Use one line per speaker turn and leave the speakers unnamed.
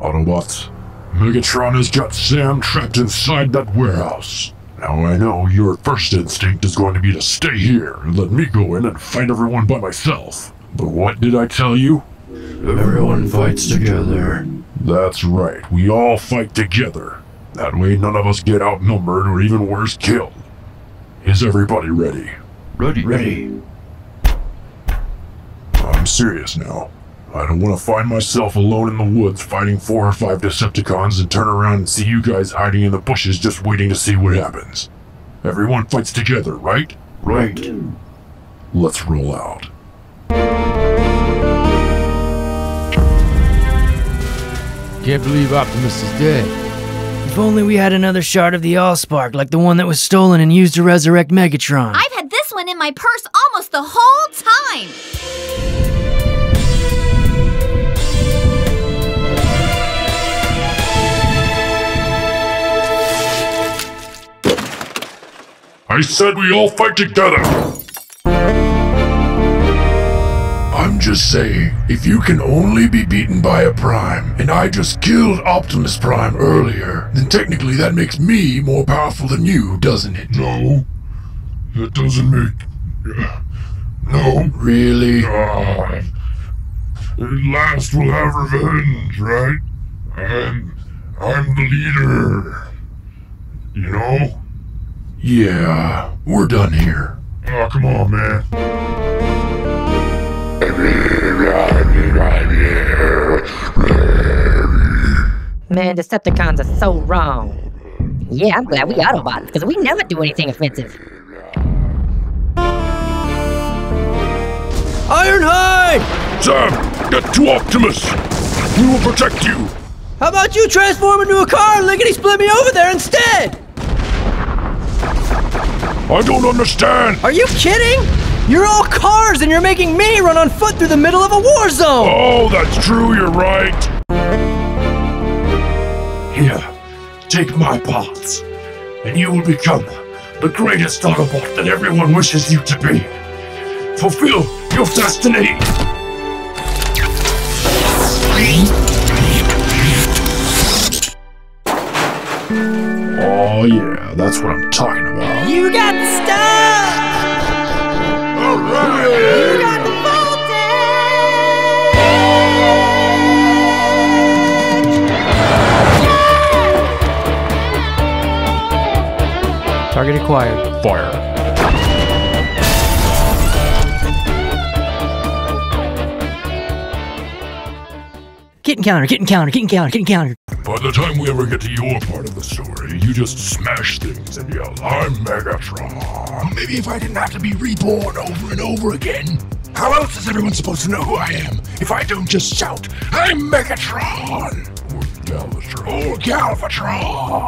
robots. Megatron has got Sam trapped inside that warehouse. Now I know your first instinct is going to be to stay here and let me go in and fight everyone by myself. But what did I tell you?
Everyone fights together.
That's right, we all fight together. That way none of us get outnumbered or even worse, killed. Is everybody ready?
Ready. Ready.
I'm serious now. I don't want to find myself alone in the woods fighting four or five Decepticons and turn around and see you guys hiding in the bushes just waiting to see what happens. Everyone fights together, right?
Right.
Let's roll out.
Can't believe Optimus is dead.
If only we had another shard of the Allspark like the one that was stolen and used to resurrect Megatron.
I've had this one in my purse almost the whole time.
I said we all fight together! I'm just saying, if you can only be beaten by a Prime, and I just killed Optimus Prime earlier, then technically that makes me more powerful than you, doesn't it? No. That doesn't make. No. Really? last will have revenge, right? I'm. I'm the leader. You know? Yeah, we're done here. Oh, come on, man.
Man, Decepticons are so wrong. Yeah, I'm glad we Autobots, because we never do anything offensive.
Ironhide!
Sam, get to Optimus! We will protect you!
How about you transform into a car and lickety split me over there instead?
I don't understand!
Are you kidding? You're all cars and you're making me run on foot through the middle of a war zone!
Oh, that's true, you're right! Here, take my parts, and you will become the greatest Autobot that everyone wishes you to be. Fulfill your destiny! Oh, yeah, that's what I'm talking about.
You got the stuff!
Target acquired.
Fire.
Get in counter, get in counter, get in counter, get in counter.
By the time we ever get to your part of the story, you just smash things and yell, I'm Megatron. Maybe if I didn't have to be reborn over and over again. How else is everyone supposed to know who I am if I don't just shout, I'm Megatron? Or Galvatron. Or Galvatron.